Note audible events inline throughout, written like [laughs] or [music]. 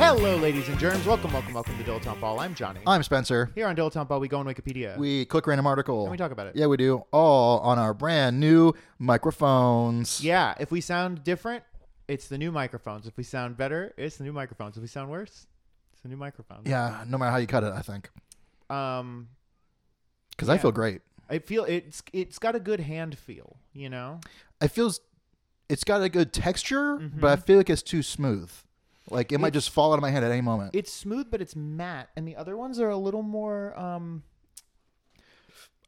Hello, ladies and germs. Welcome, welcome, welcome to Dilettante Ball. I'm Johnny. I'm Spencer. Here on Dilettante Ball, we go on Wikipedia. We click random article. Can we talk about it? Yeah, we do. All on our brand new microphones. yeah, if we sound different, it's the new microphones. If we sound better, it's the new microphones. If we sound worse, it's the new microphones. Yeah, no matter how you cut it, I think. Um, Because I Yeah. feel great. I feel it's it's got a good hand feel, you know. It feels, it's got a good texture, but I Mm-hmm. feel like it's too smooth. Like it might just fall out of my hand at any moment. It's smooth, but it's matte, and the other ones are a little more. Um,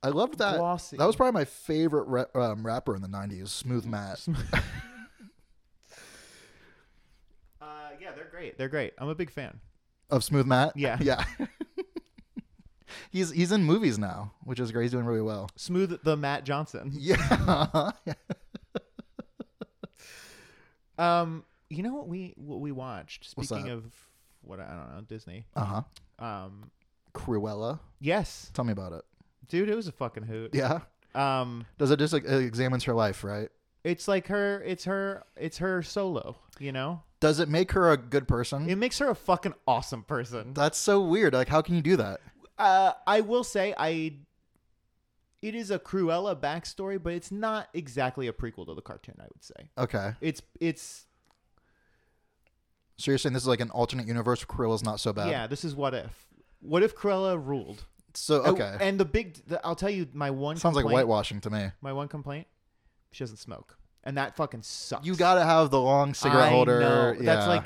I loved that. glossy. Mm-hmm. That was probably my favorite ra- um, rapper in the 90s, Smooth Matt. uh, yeah, they're great. They're great. I'm a big fan. of Smooth [laughs] Matt? Yeah. Yeah. [laughs] he's, he's in movies now, which is great. He's doing really well. [laughs] Smooth the Matt Johnson. Yeah. [laughs] Um, you know what we what we watched? What's Speaking that? of what I don't know, Disney. uh huh. Um, Cruella. yes, Tell me about it. dude, it was a fucking hoot. Yeah. Um, Does it just like, it examines her life, right? it's like her, it's her, it's her solo. You know, Does it make her a good person? it makes her a fucking awesome person. That's so weird. Like, how can you do that? Uh, I will say, I. It is a Cruella backstory, but it's not exactly a prequel to the cartoon. I would say Okay. it's it's So you're saying this is like an alternate universe where Cruella's not so bad? yeah. This is what if. What if Cruella ruled? So, Oh, okay. and the big, the, I'll tell you my one. Sounds like complaint- whitewashing to me. My one complaint, she doesn't smoke, and that fucking sucks. You gotta have the long cigarette I holder. know. That's Yeah. like.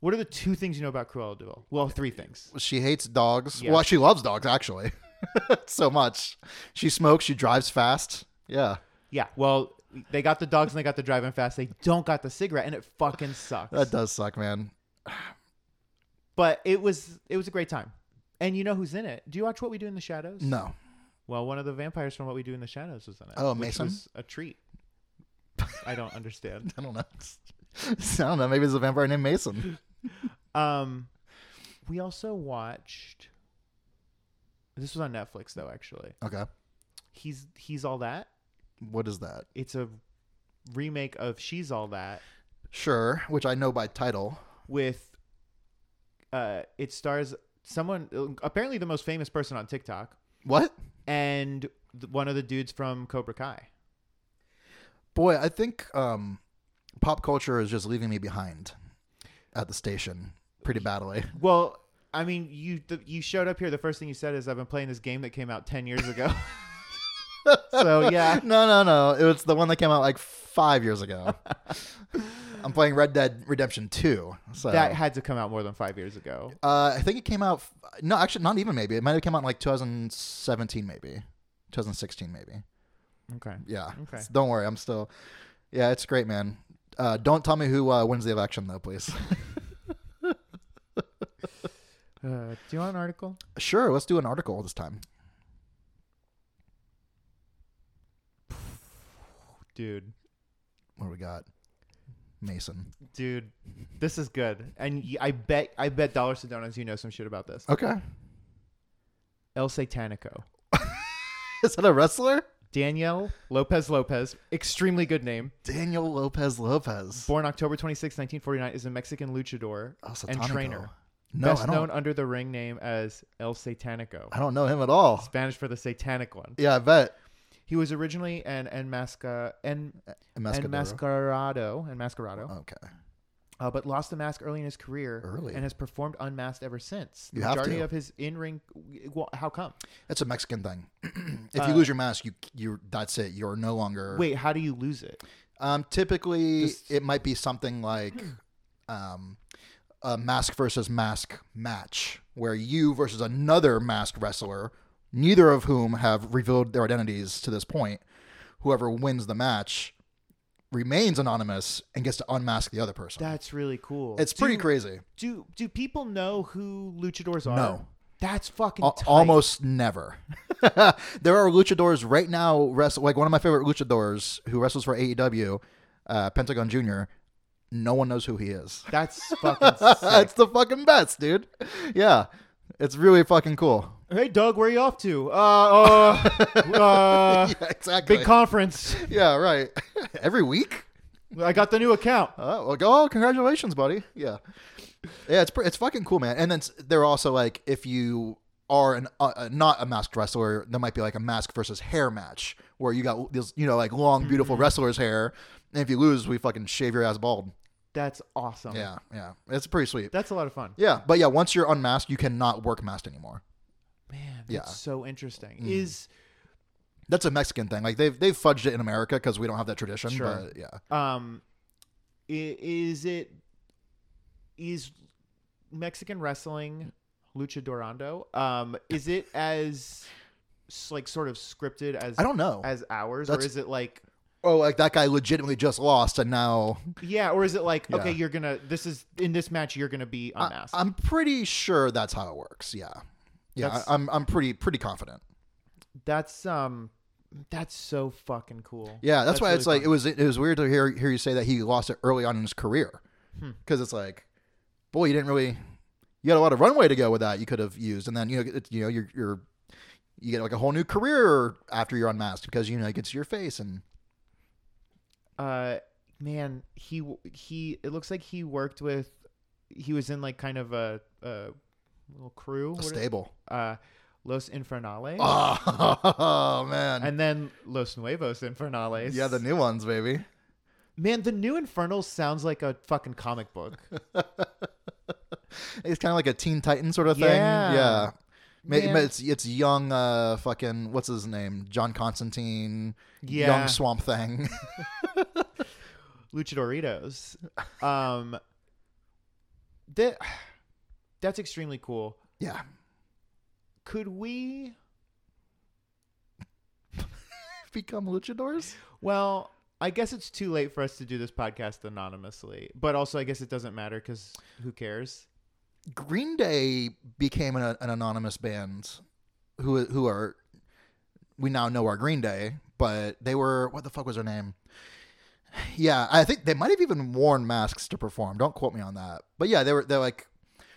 What are the two things you know about Cruella Deville? Well, three things. She hates dogs. Yeah. Well, she loves dogs, actually. [laughs] so much. She smokes. She drives fast. Yeah. Yeah. Well, they got the dogs and they got the driving fast. They don't got the cigarette, and it fucking sucks. [laughs] That does suck, man. but it was it was a great time. And you know who's in it? Do you watch What We Do in the Shadows? No. Well, one of the vampires from What We Do in the Shadows was in it. Oh, which Mason? was a treat. I don't [laughs] understand. I don't know. I don't know. Maybe it's a vampire named Mason. Um, we also watched. This was on Netflix though. Actually, Okay. he's he's all that. What is that? It's a remake of She's All That Sure. Which I know by title. with uh it stars someone apparently the most famous person on TikTok What? and th- one of the dudes from Cobra Kai. Boy, I think um, pop culture is just leaving me behind at the station pretty badly. [laughs] Well, I mean, you th- you showed up here. The first thing you said is, "I've been playing this game that came out ten years [laughs] ago." so yeah, no, no, no. It was the one that came out like five years [laughs] ago. I'm playing Red Dead Redemption 2. So that had to come out more than five years ago. uh, I think it came out. f- No, actually, not even maybe. It might have come out in like 2017, maybe 2016, maybe. Okay, Yeah. Okay. S- Don't worry. I'm still. Yeah, it's great, man. Uh, don't tell me who uh, wins the election, [laughs] though, please. uh, do you want an article? sure, let's do an article this time. Dude, What do we got? Mason. dude, this is good. And y- I bet I bet Dollar Sedonas you know some shit about this. [laughs] Okay. El Satanico. Is that a wrestler? Danielle Lopez Lopez, extremely good name. Daniel Lopez Lopez. Born October 26, 1949, is a Mexican luchador El and Satanico. trainer. No, best I don't. known under the ring name as El Satanico, I don't know him at all. Spanish for the satanic one. Yeah, I bet. He was originally an enmasca, en, Emascadero. enmascarado, enmascarado okay. uh, but lost the mask early in his career Early. and has performed unmasked ever since. The You have majority to. of his in-ring, well, how come? It's a Mexican thing. [clears throat] if you lose your mask, you you that's it. You're no longer. Uh, Wait, how do you lose it? Um, typically, Just- it might be something like um, a mask versus mask match, where you versus another mask wrestler neither of whom have revealed their identities to this point. Whoever wins the match remains anonymous and gets to unmask the other person. That's really cool. it's pretty Do- crazy. Do do people know who luchadors are? No. That's fucking Al- tight. almost never. [laughs] there are luchadors right now. Wrestle like one of my favorite luchadors who wrestles for AEW, uh, Pentagon Junior. No one knows who he is. That's fucking sick. [laughs] it's the fucking best, dude. Yeah, it's really fucking cool. hey Doug, where are you off to? Uh [laughs] uh, uh yeah, exactly. big conference. yeah, right. [laughs] [laughs] Every week. I got the new account. Oh, well, go! Oh, congratulations, buddy. Yeah, yeah. It's pre- it's fucking cool, man. And then s- they're also like, if you are an uh, uh, not a masked wrestler, there might be like a mask versus hair match where you got this, you know, like long, Mm-hmm. beautiful wrestler's hair, and if you lose, we fucking shave your ass bald. That's awesome. Yeah, yeah. It's pretty sweet. That's a lot of fun. yeah, but yeah, once you're unmasked, you cannot work masked anymore. Man, that's Yeah. Mm. so interesting. Is That's a Mexican thing. Like they've they've fudged it in America because we don't have that tradition. Sure. But yeah, um i- is it is Mexican wrestling luchadorando um is it as s- like sort of scripted as I don't know. as ours or That's- is it like oh, like that guy legitimately just lost, and now yeah or is it like Yeah. okay you're gonna this is in this match you're gonna be I, unmasked I'm pretty sure that's how it works. Yeah, yeah. That's- I, I'm I'm pretty pretty confident. that's um that's so fucking cool Yeah, that's, why it's really like it was it was weird to hear hear you say that he lost it early on in his career Hmm. because it's like, boy, you didn't really you had a lot of runway to go with that. You could have used, and then you know it, you know you're you're you get like a whole new career after you're unmasked because you know it gets to your face and fun. uh man he w- he it looks like he worked with he was in like kind of a, a little crew a what is- stable. uh, Los Infernales, [laughs] Oh, man, and then Los Nuevos Infernales. yeah, the new ones, baby. man, the new Infernals sounds like a fucking comic book. It's kind of like a Teen Titan sort of Yeah. thing. Yeah. Ma- Man. ma- It's it's young, uh, fucking what's his name, John Constantine, Yeah. [laughs] young Swamp Thing. [laughs] Luchadoritos. Um, that that's extremely cool. yeah, [laughs] Could we? become luchadors. Well, I guess it's too late for us to do this podcast anonymously, but also I guess it doesn't matter because who cares? Green Day became an, an anonymous band, who who are we now know are Green Day, but they were what the fuck was their name? Yeah, I think they might have even worn masks to perform. Don't quote me on that, but yeah, they were they're like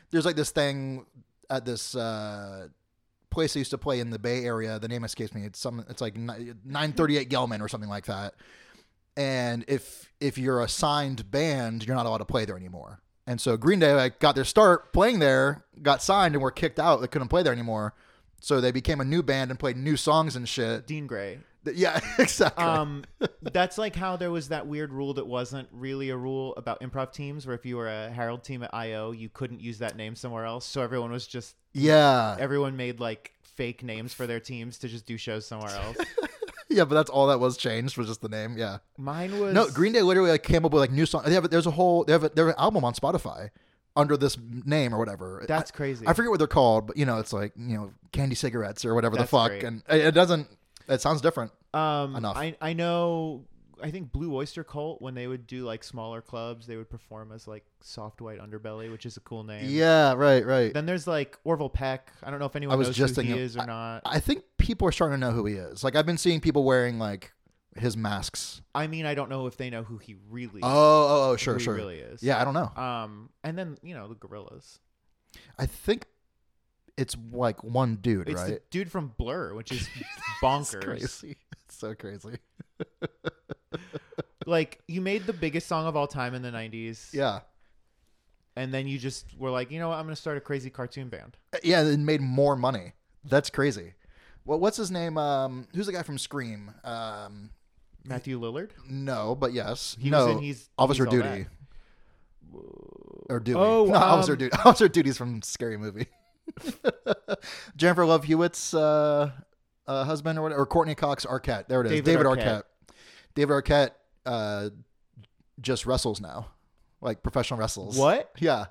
there's like this thing at this uh, place I used to play in the Bay Area. The name escapes me. It's some. It's like nine thirty eight Gelman or something like that. And if if you're a signed band, you're not allowed to play there anymore. And so Green Day like got their start playing there, got signed, and were kicked out. They couldn't play there anymore. So they became a new band and played new songs and shit. [laughs] Dean Gray. Yeah, [laughs] exactly. [laughs] Um, that's like how there was that weird rule that wasn't really a rule about improv teams, where if you were a Harold team at IO, you couldn't use that name somewhere else. So everyone was just yeah, everyone made like fake names for their teams to just do shows somewhere [laughs] else. yeah. But that's all that was changed was just the name. Yeah. Mine was No, Green Day literally like came up with like new song. They have there's a whole they have a, they have an album on Spotify under this name or whatever. That's crazy. I, I forget what they're called, but you know it's like you know candy cigarettes or whatever That's the fuck, great. and it, it doesn't. It sounds different. um, enough. I I know. I think Blue Oyster Cult when they would do like smaller clubs, they would perform as like Soft White Underbelly, which is a cool name. Yeah, right, right. Then there's like Orville Peck. I don't know if anyone I was knows just who he thinking- is or not. I think people are starting to know who he is. Like I've been seeing people wearing like his masks. I mean, I don't know if they know who he really. Oh, oh, oh sure, who he sure. really is. Yeah, I don't know. Um, and then you know the gorillas. I think it's like one dude, It's right? the dude from Blur, which [laughs] is It's bonkers. crazy. [laughs] It's so crazy. like you made the biggest song of all time in the '90s, Yeah. and then you just were like, you know what, I'm gonna start a crazy cartoon band. Yeah, and made more money. That's crazy. Well, what's his name? Um, who's the guy from Scream? Um, Matthew Lillard. no, but yes. He no, was in he's Officer He's All Duty. That. Or Dewey. [laughs] Oh, Not Officer um, Duty. Officer Duty's from Scary Movie. [laughs] Jennifer Love Hewitt's uh, uh, husband or whatever, or Courtney Cox Arquette. There it is. David David, Arquette. Arquette. David Arquette uh, just wrestles now, like professional wrestles. What? Yeah,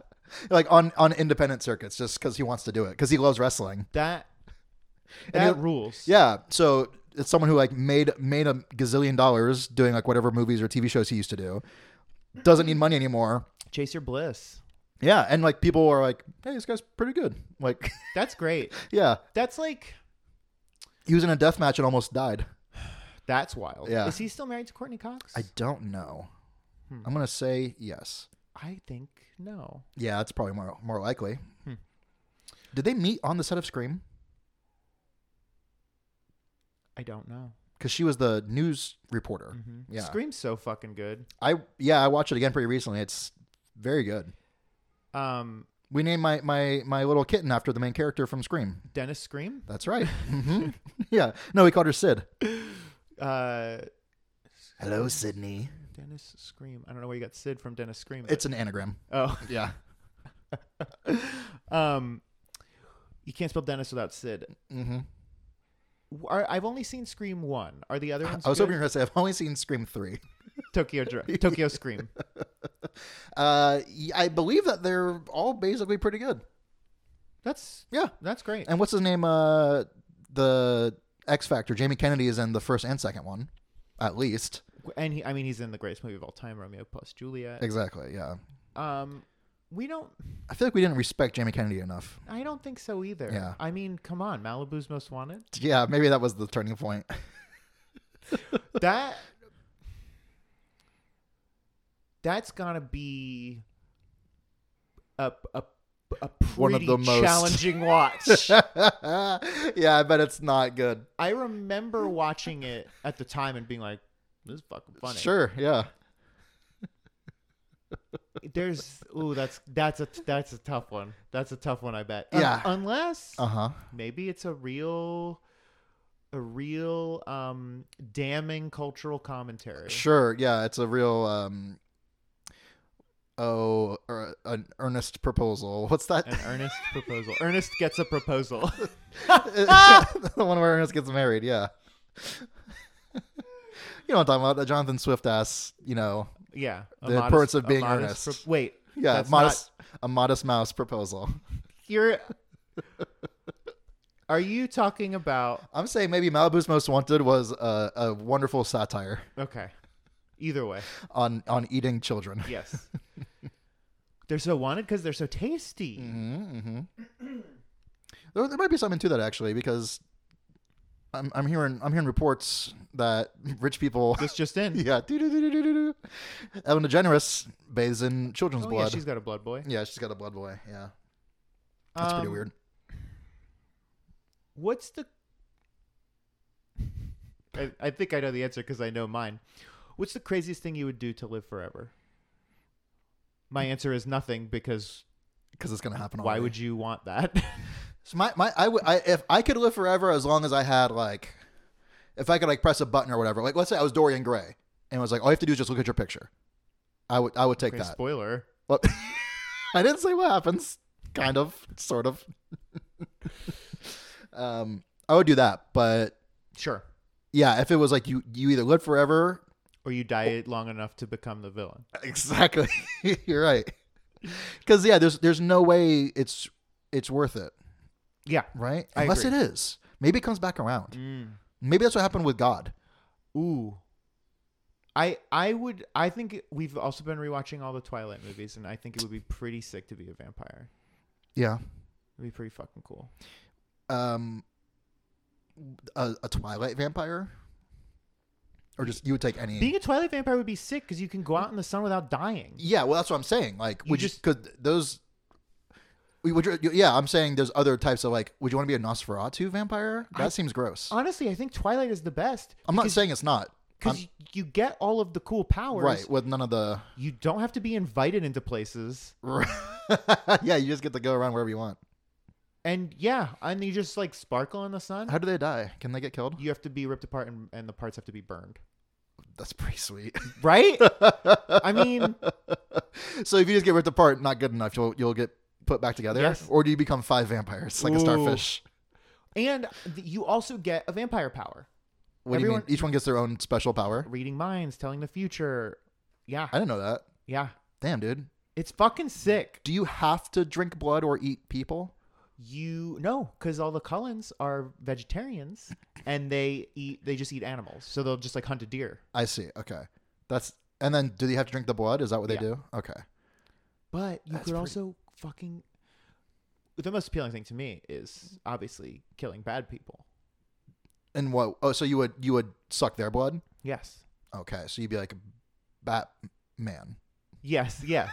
like on on independent circuits, just because he wants to do it, because he loves wrestling. That And That he- rules. yeah, so it's someone who like made made a gazillion dollars doing like whatever movies or TV shows he used to do. Doesn't need money anymore. Chase your bliss. Yeah, and like people are like, "Hey, this guy's pretty good." Like, [laughs] That's great. yeah, That's like he was in a death match and almost died. that's wild. Yeah. Is he still married to Courtney Cox? I don't know. Hmm. I'm gonna say yes. I think no. Yeah, that's probably more more likely. Hmm. Did they meet on the set of Scream? I don't know. Because she was the news reporter. Mhm. Yeah, Scream's so fucking good. I yeah I watched it again pretty recently. It's very good. Um, We named my my my little kitten after the main character from Scream. Dennis [laughs] Scream. That's right. hmm [laughs] yeah. No, we called her Sid. Uh, Hello, Sydney. Dennis Scream. I don't know where you got Sid from Dennis Scream. but- It's an anagram. oh, [laughs] Yeah. um, you can't spell Dennis without Sid. hmm Are, I've only seen Scream one. Are the other ones? I was good? hoping you were gonna say I've only seen Scream three. Tokyo [laughs] Dr- Tokyo Scream. Uh, y- I believe that they're all basically pretty good. That's Yeah. that's great. And what's his name? Uh, the X Factor. Jamie Kennedy is in the first and second one, at least. And he, I mean, he's in the greatest movie of all time, Romeo plus Juliet. Exactly. Yeah. Um, we don't. I feel like we didn't respect Jamie Kennedy enough. I don't think so either. Yeah. I mean, come on, Malibu's Most Wanted. Yeah, maybe that was the turning point. That. That's gotta be. A a a pretty One of the most- challenging [laughs] watch. yeah, I bet it's not good. I remember watching it at the time and being like, "This is fucking funny." Sure. Yeah. There's ooh, that's that's a that's a tough one. That's a tough one. I bet. Un- Yeah. unless Uh huh. maybe it's a real a real um damning cultural commentary Sure. Yeah, it's a real um oh er, an earnest proposal. [laughs] What's that? an earnest proposal ernest gets a proposal [laughs] [laughs] the one where Ernest gets married. Yeah. [laughs] you know what I'm talking about? The Jonathan Swift ass. You know. yeah a The importance of a being modest earnest. pro- wait Yeah, that's modest a modest mouse proposal. not- you're are you talking about I'm saying maybe Malibu's Most Wanted was a, a wonderful satire okay either way on on eating children. [laughs] yes they're so wanted because they're so tasty Mm-hmm, [clears throat] there, there might be something to that actually, because I'm, I'm hearing I'm hearing reports that rich people, this just in [laughs] yeah, doo-doo-doo-doo-doo-doo. Ellen DeGeneres bathes in children's oh, blood. yeah she's got a blood boy yeah, she's got a blood boy. Yeah, that's pretty Um, weird. What's the? [laughs] I, I think I know the answer because I know mine. What's the craziest thing you would do to live forever? My answer is nothing because Because it's gonna happen. why already. would you want that? So my, my I, w- I if I could live forever as long as I had like if I could like press a button or whatever. Like let's say I was Dorian Gray and was like all you have to do is just look at your picture. I would I would take [laughs] Okay, that. Spoiler. Well, [laughs] I didn't say what happens. Kind of, sort of. [laughs] um I would do that, but Sure. yeah, if it was like you you either [laughs] live forever Or you die long enough to become the villain. Exactly. [laughs] You're right. Cuz yeah, there's there's no way it's it's worth it, Yeah. right? I Unless agree. it is. Maybe it comes back around. Mm. Maybe that's what happened with God. Ooh. I I would I think we've also been rewatching all the Twilight movies, and I think it would be pretty sick to be a vampire. Yeah. It'd be pretty fucking cool. Um a, a Twilight vampire? Or just you would take any Being a Twilight vampire would be sick because you can go out in the sun without dying. Yeah, well that's what I'm saying. Like You would you just- could those we would you, yeah, I'm saying there's other types of like would you want to be a Nosferatu vampire? That I- seems gross. Honestly, I think Twilight is the best. I'm not saying it's not. I'm- because you get all of the cool powers. right, with none of the [laughs] You don't have to be invited into places, Yeah, you just get to go around wherever you want. and yeah, and you just like sparkle in the sun. How do they die? Can they get killed? you have to be ripped apart, and, and the parts have to be burned. That's pretty sweet. [laughs] Right? [laughs] I mean, so if you just get ripped apart, not good enough, you'll you'll get put back together, Yes. or do you become five vampires like Ooh. a starfish? and th- you also get a vampire power: What Everyone- do you mean? Each one gets their own special power. reading minds, telling the future. Yeah, I didn't know that. yeah, Damn, dude. it's fucking sick. Do you have to drink blood or eat people? you no, because all the Cullens are vegetarians and they eat they just eat animals, so they'll just like hunt a deer. I see. Okay, that's and then do they have to drink the blood? Is that what they Yeah. do? Okay. But you That's could pretty- also fucking. The most appealing thing to me is obviously killing bad people. And what? Oh, so you would you would suck their blood? Yes. Okay, so you'd be like Batman. Yes. [laughs] Yeah.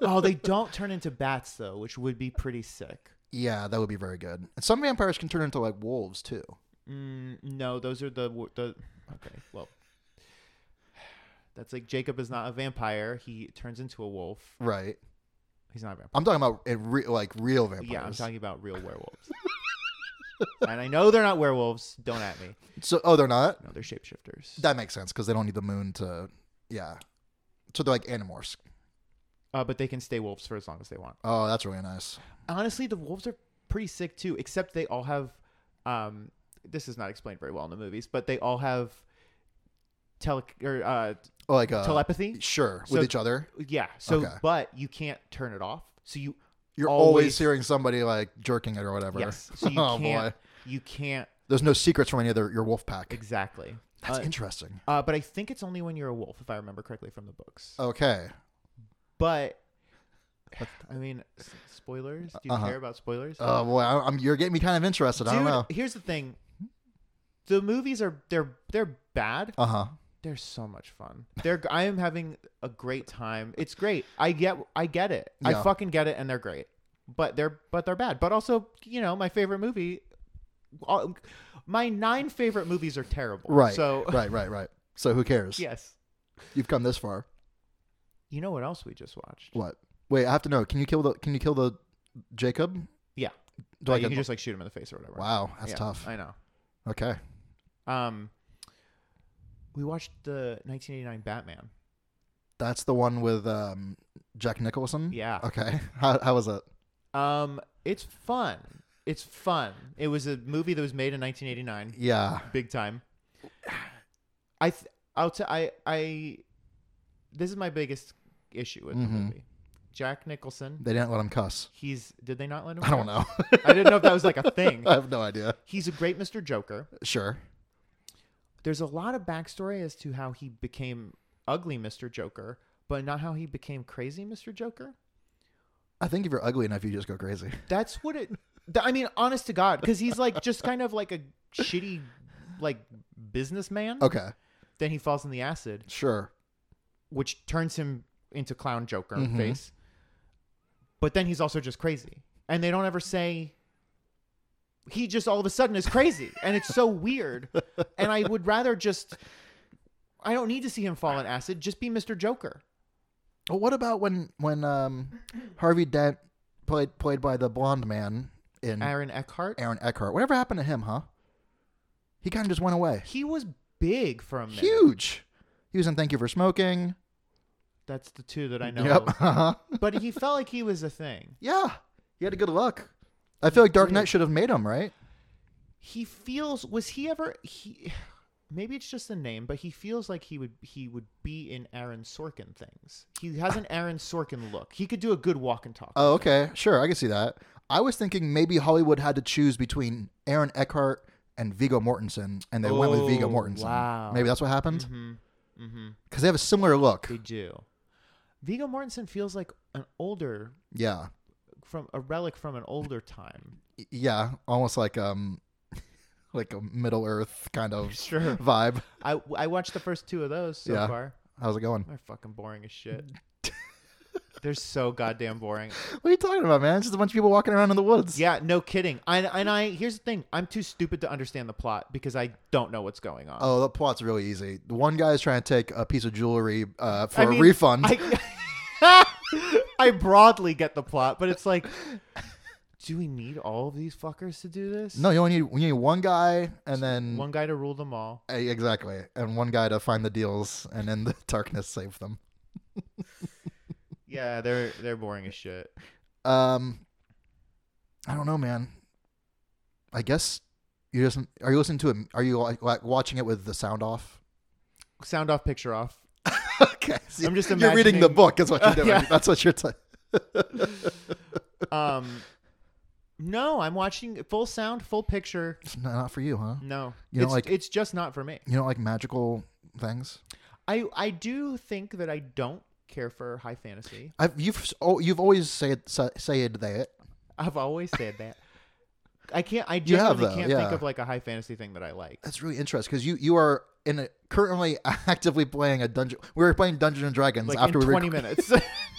oh, they don't turn into bats though, which would be pretty sick. Yeah, that would be very good. And some vampires can turn into like wolves too. Mm, no, those are the wo- the. Okay, well, that's like Jacob is not a vampire. He turns into a wolf. Right. He's not a vampire. I'm talking about a re- like real vampires. Yeah, I'm talking about real werewolves. and I know they're not werewolves. Don't at me. So oh, they're not. No, they're shapeshifters. That makes sense because they don't need the moon to. Yeah. So they're like animorphs. uh, but they can stay wolves for as long as they want. Oh, that's really nice. honestly, the wolves are pretty sick too. Except they all have, um, this is not explained very well in the movies, but they all have tele or uh, Oh, like uh, telepathy. Sure, So- with each other. Yeah. So, Okay. but you can't turn it off. So you You're always, Always- hearing somebody like jerking it or whatever. yes. [laughs] So you oh can't. boy, You can't there's no secrets from any other your wolf pack. exactly. That's uh, interesting. uh, but I think it's only when you're a wolf, if I remember correctly from the books. Okay. But I mean, s- spoilers. Do you Uh-huh. care about spoilers? Oh boy, I- I'm, you're getting me kind of interested. I Dude, don't know. here's the thing. The movies are they're they're bad, Uh huh. They're so much fun. They're I am having a great time. It's great. I get I get it. Yeah. I fucking get it and they're great. But they're but they're bad. But also, you know, my favorite movie all, my nine favorite movies are terrible. Right. So [laughs] right, right, right. So who cares? yes. You've come this far. You know what else we just watched? What? Wait, I have to know. Can you kill the? Can you kill the Jacob? Yeah. Do Uh, I you get? can just like shoot him in the face or whatever. wow, that's Yeah, tough. I know. okay. Um we watched the 1989 Batman. That's the one with um, Jack Nicholson. Yeah. Okay. [laughs] How how was it? Um it's fun. It's fun. It was a movie that was made in 1989. Yeah. big time. I th- I'll t- I I this is my biggest issue with Mhm. the movie. Jack Nicholson, They didn't let him cuss. he's did they not let him? I don't cuss? know. [laughs] I didn't know if that was like a thing. I have no idea. He's a great Mr. Joker. Sure. There's a lot of backstory as to how he became ugly Mr. Joker, but not how he became crazy Mr. Joker. I think if you're ugly enough, you just go crazy. That's what it. th- I mean, honest to God, because he's like just kind of like a shitty like businessman. Okay. Then he falls in the acid. Sure. which turns him into clown joker Mhm. face. But then he's also just crazy. And they don't ever say he just all of a sudden is crazy. and it's so [laughs] weird. And I would rather just I don't need to see him fall in acid, just be Mr. Joker. Well, what about when when um, Harvey Dent played played by the blonde man in Aaron Eckhart. Aaron Eckhart? Whatever happened to him? Huh? He kind of just went away. He was big for a minute. Huge. He was in Thank You for Smoking. That's the two that I know. Yep. [laughs] Uh-huh. but he felt like he was a thing. yeah. He had a good look. I feel like Dark Knight should have made him right. he feels was he ever he maybe it's just the name but he feels like he would he would be in aaron sorkin things he has an aaron sorkin look he could do a good walk and talk Oh, okay. Sure, I can see that. I was thinking maybe Hollywood had to choose between Aaron Eckhart and Vigo Mortensen, and they went with Vigo Oh, Mortensen. wow. Maybe that's what happened because mm-hmm, mm-hmm. they have a similar look. they do vigo mortensen feels like an older Yeah, from a relic from an older time Y- yeah, almost like um, [laughs] like a Middle Earth kind of [laughs] Sure. vibe. i i watched the first two of those so Yeah. far How's it going? they're fucking boring as shit they're so goddamn boring What are you talking about, man? It's just a bunch of people walking around in the woods. Yeah, no kidding. I, and I here's the thing: I'm too stupid to understand the plot because I don't know what's going on. Oh, the plot's really easy. The one guy is trying to take a piece of jewelry uh, for I a mean, refund. I, [laughs] I broadly get the plot, but it's like, do we need all of these fuckers to do this? No, you only need you need one guy, and then one guy to rule them all. Eh, Exactly. And one guy to find the deals and in the [laughs] darkness save them. Yeah, they're they're boring as shit. Um I don't know, man. I guess you just are you listening to it are you like, like watching it with the sound off? [laughs] Sound off, picture off. okay. so I'm just [laughs] You're reading [laughs] the imagining- [laughs] book is what you're doing. yeah. That's what you're t- Um, No, I'm watching full sound, full picture. It's not not for you, huh? No, You know, it's like- it's just not for me. You don't like magical things. I I do think that I don't care for high fantasy. I've, you've oh, you've always said sa- said that. I've always said that. I can't. I [laughs] You have, genuinely though, can't think yeah. of like a high fantasy thing that I like. That's really interesting because you you are in a, currently [laughs] actively playing a dungeon. We were playing Dungeons and Dragons Like after in we twenty rec- minutes.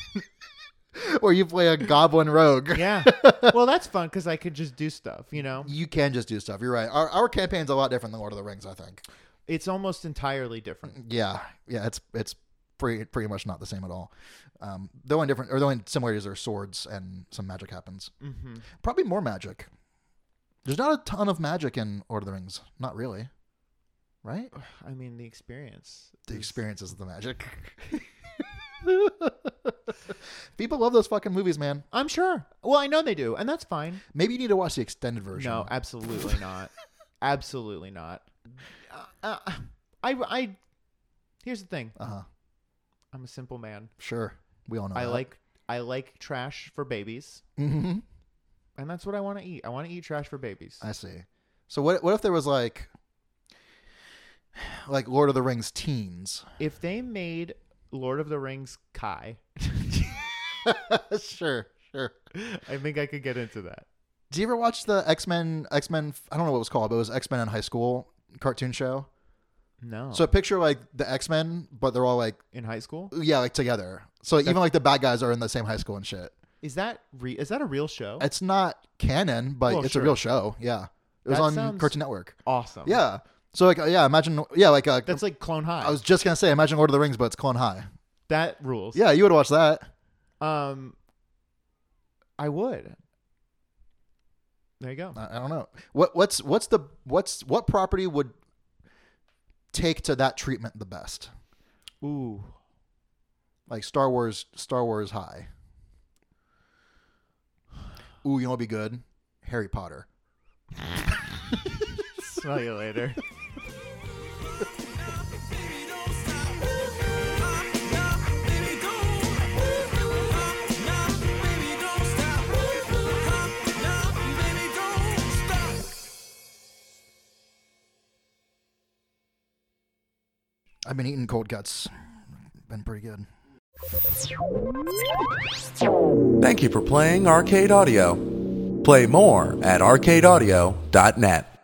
[laughs] [laughs] or you play a goblin rogue. yeah. Well, that's fun because I could just do stuff. You know, [laughs] You can just do stuff. You're right. Our our campaign's a lot different than Lord of the Rings. I think. it's almost entirely different. Yeah, yeah. It's it's pretty pretty much not the same at all. Um, the only different or the only similarities are swords and some magic happens. hmm Probably more magic. There's not a ton of magic in Lord of the Rings. Not really. Right? [sighs] I mean, the experience. The is- experience is the magic. [laughs] People love those fucking movies, man. [laughs] I'm sure. Well, I know they do, and that's fine. Maybe you need to watch the extended version. No, absolutely [laughs] not. absolutely not. Uh, uh, I I. Here's the thing. Uh huh. I'm a simple man. Sure. We all know. I [laughs] like I like trash for babies, hmm and that's what I want to eat. I want to eat trash for babies. I see. So what? What if there was like, like Lord of the Rings teens? [laughs] if they made Lord of the Rings [laughs] Kai, sure, sure. I think I could get into that. Do you ever watch the X Men? X Men. I don't know what it was called, but it was X Men in high school cartoon show. No. So picture like the X Men, but they're all like, in high school, yeah, like together. So even like the bad guys are in the same high school and shit. is that re- is that a real show? It's not canon, but Well, it's sure. a real show. Yeah, it was That on sounds- Cartoon Network. awesome. Yeah. So like, uh, yeah, imagine, yeah, like, uh, That's like Clone High. I was just gonna say, imagine Lord of the Rings, but it's Clone High. that rules. Yeah, you would watch that. Um, I would. There you go. I, I don't know. What what's what's the what's what property would take to that treatment the best? Ooh. Like Star Wars, Star Wars High. Ooh, you know what'd be good? Harry Potter. Smell you later. Baby, don't stop. Nah, nah, baby, go. Nah, baby, don't stop. Nah, baby, don't stop. I've been eating cold cuts. Been pretty good. Thank you for playing Arcade Audio. Play more at arcadeaudio.net.